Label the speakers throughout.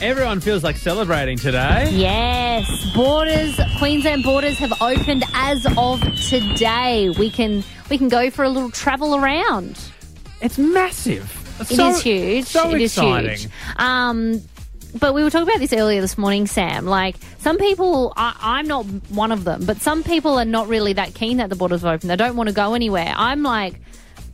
Speaker 1: Everyone feels like celebrating today.
Speaker 2: Yes, borders, Queensland borders have opened as of today. We can we can go for a little travel around.
Speaker 1: It's massive. It's
Speaker 2: It is
Speaker 1: so-
Speaker 2: huge.
Speaker 1: So
Speaker 2: It is
Speaker 1: exciting.
Speaker 2: huge. Um, but we were talking about this earlier this morning, Sam. Like some people, I, I'm not one of them, but some people are not really that keen that the borders are open. They don't want to go anywhere. I'm like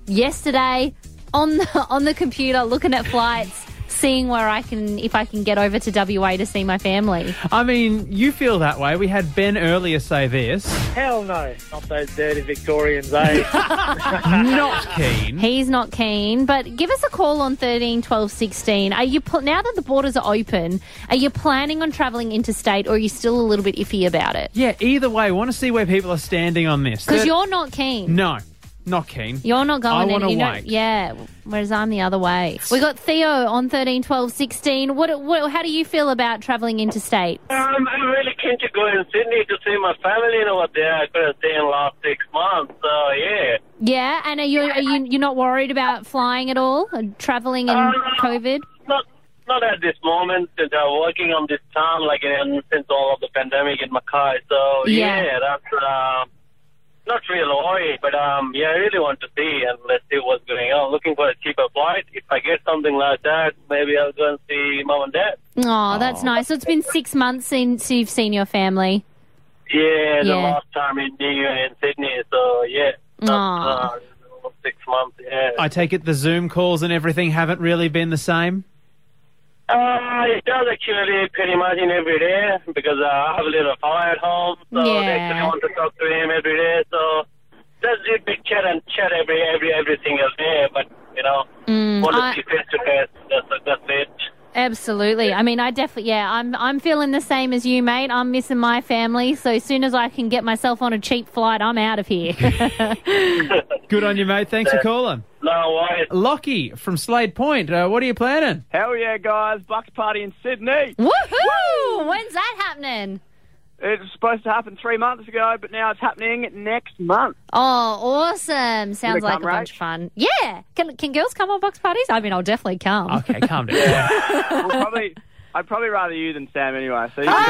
Speaker 2: yesterday on the, on the computer looking at flights, seeing where I can if I can get over to WA to see my family.
Speaker 1: I mean, you feel that way. We had Ben earlier say this.
Speaker 3: Hell no, not those dirty Victorians, eh?
Speaker 1: Not keen.
Speaker 2: He's not keen, but give us a call on 13 12 16. Are you pl- now that the borders are open, are you planning on travelling interstate or are you still a little bit iffy about it?
Speaker 1: Yeah, either way, want to see where people are standing on this.
Speaker 2: Because
Speaker 1: That-
Speaker 2: you're not keen.
Speaker 1: No, not keen.
Speaker 2: You're not going
Speaker 1: I
Speaker 2: in,
Speaker 1: wanna
Speaker 2: you know-
Speaker 1: wait.
Speaker 2: Yeah, whereas I'm the other way. We got Theo on 13 12 16. What, what, how do you feel about travelling interstate?
Speaker 3: um, I'm really keen to go in Sydney to see my family and over there. I couldn't stay in the last six months, so yeah.
Speaker 2: Yeah, and are you, are you you're not worried about flying at all? and Travelling
Speaker 1: Uh,
Speaker 2: and
Speaker 3: Um,
Speaker 2: COVID?
Speaker 3: Not not at this moment, since I'm working on this town, like, and since all of the pandemic in Mackay, so
Speaker 2: Yeah.
Speaker 3: yeah, that's, um, not real worry, but um, yeah, I really want to see and let's see what's going on. Looking for a cheaper flight. If I get something like that, maybe I'll go and see mom and dad.
Speaker 2: Oh,
Speaker 1: uh.
Speaker 2: that's nice. So it's been six months since you've seen your family.
Speaker 3: Yeah,
Speaker 2: Yeah.
Speaker 3: the last time in New York in Sydney, so yeah. that's,
Speaker 2: Aw.
Speaker 3: uh, Six months, yeah.
Speaker 1: I take it the Zoom calls and everything haven't really been the same.
Speaker 3: Uh, it does actually pretty much in every day because uh, I have a little fire at home, so
Speaker 2: Yeah.
Speaker 3: they actually want to talk to him every day. So just do big chat and chat every every every single day. But you know, want
Speaker 2: Mm, I-
Speaker 3: to see face to face. That's that's it.
Speaker 2: Absolutely. I mean, I definitely, yeah, I'm, I'm feeling the same as you, mate. I'm missing my family. So as soon as I can get myself on a cheap flight, I'm out of here.
Speaker 1: Good on you, mate. Thanks for calling.
Speaker 3: No worries.
Speaker 1: Lockie from Slade Point, uh, what are you planning?
Speaker 4: Hell yeah, guys. Bucks party in Sydney.
Speaker 2: Woohoo! When's that happening?
Speaker 4: It was supposed to happen three months ago, but now it's happening next month.
Speaker 2: Oh, awesome. Sounds
Speaker 4: You gonna
Speaker 2: like a
Speaker 4: come,
Speaker 2: bunch of fun. Yeah. Can, can girls come on box parties? I mean, I'll definitely come.
Speaker 4: Uh.
Speaker 1: Okay, calm down.
Speaker 4: We'll probably, I'd probably rather you than Sam anyway, so you can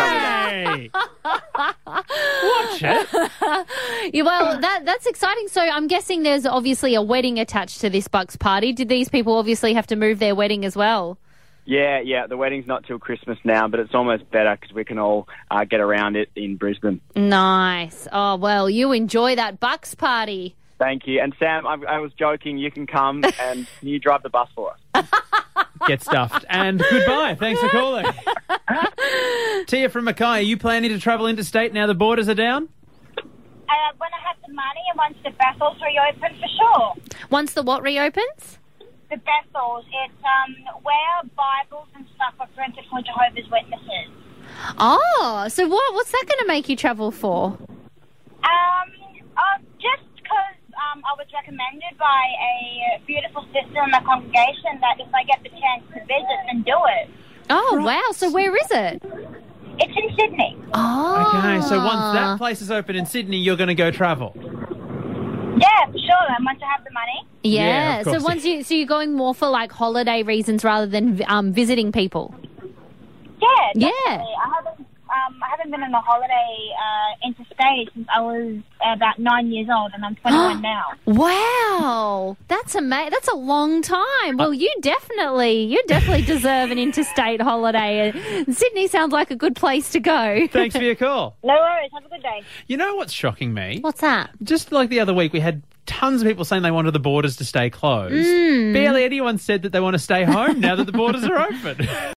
Speaker 4: tell me
Speaker 1: Ah!
Speaker 4: that.
Speaker 1: Hey. Watch it.
Speaker 2: Yeah, well, that, that's exciting. So I'm guessing there's obviously a wedding attached to this Bucks party. Did these people obviously have to move their wedding as well?
Speaker 4: Yeah, yeah, the wedding's not till Christmas now, but it's almost better because we can all uh, get around it in Brisbane.
Speaker 2: Nice. Oh, well, you enjoy that Bucks party.
Speaker 4: Thank you. And Sam, I, I was joking. You can come and can you drive the bus for us.
Speaker 1: Get stuffed. And goodbye. Thanks for calling. Tia from Mackay, are you planning to travel interstate now the borders are down?
Speaker 5: uh, when I have the money and once the vessels reopen for sure.
Speaker 2: Once the what reopens?
Speaker 5: The vessels, it's um, where Bibles and stuff are printed for Jehovah's Witnesses.
Speaker 2: Oh, so what? What's that going to make you travel for?
Speaker 5: Um, uh, just because um, I was recommended by a beautiful sister in the congregation that if I get the chance to visit, then do it.
Speaker 2: Oh, wow. So where is it?
Speaker 5: It's in Sydney.
Speaker 2: Oh,
Speaker 1: Okay, so once that place is open in Sydney, you're going to go travel.
Speaker 5: Yeah, for sure. And once I have the money,
Speaker 2: yeah.
Speaker 1: Yeah, of
Speaker 2: so
Speaker 1: course.
Speaker 2: once you so you're going more for like holiday reasons rather than um, visiting people.
Speaker 5: yeah,
Speaker 2: Yeah.
Speaker 5: definitely. I haven't. Um, I haven't been on a holiday uh, interstate since I was about nine years old, and I'm 21 now.
Speaker 2: Wow, that's amazing. That's a long time. Well, you definitely you definitely deserve an interstate holiday. And Sydney sounds like a good place to go.
Speaker 1: Thanks for your call.
Speaker 5: No worries. Have a good day.
Speaker 1: You know what's shocking me?
Speaker 2: What's that?
Speaker 1: Just like the other week, we had tons of people saying they wanted the borders to stay closed. Barely anyone said that they want to stay home now that the borders are open.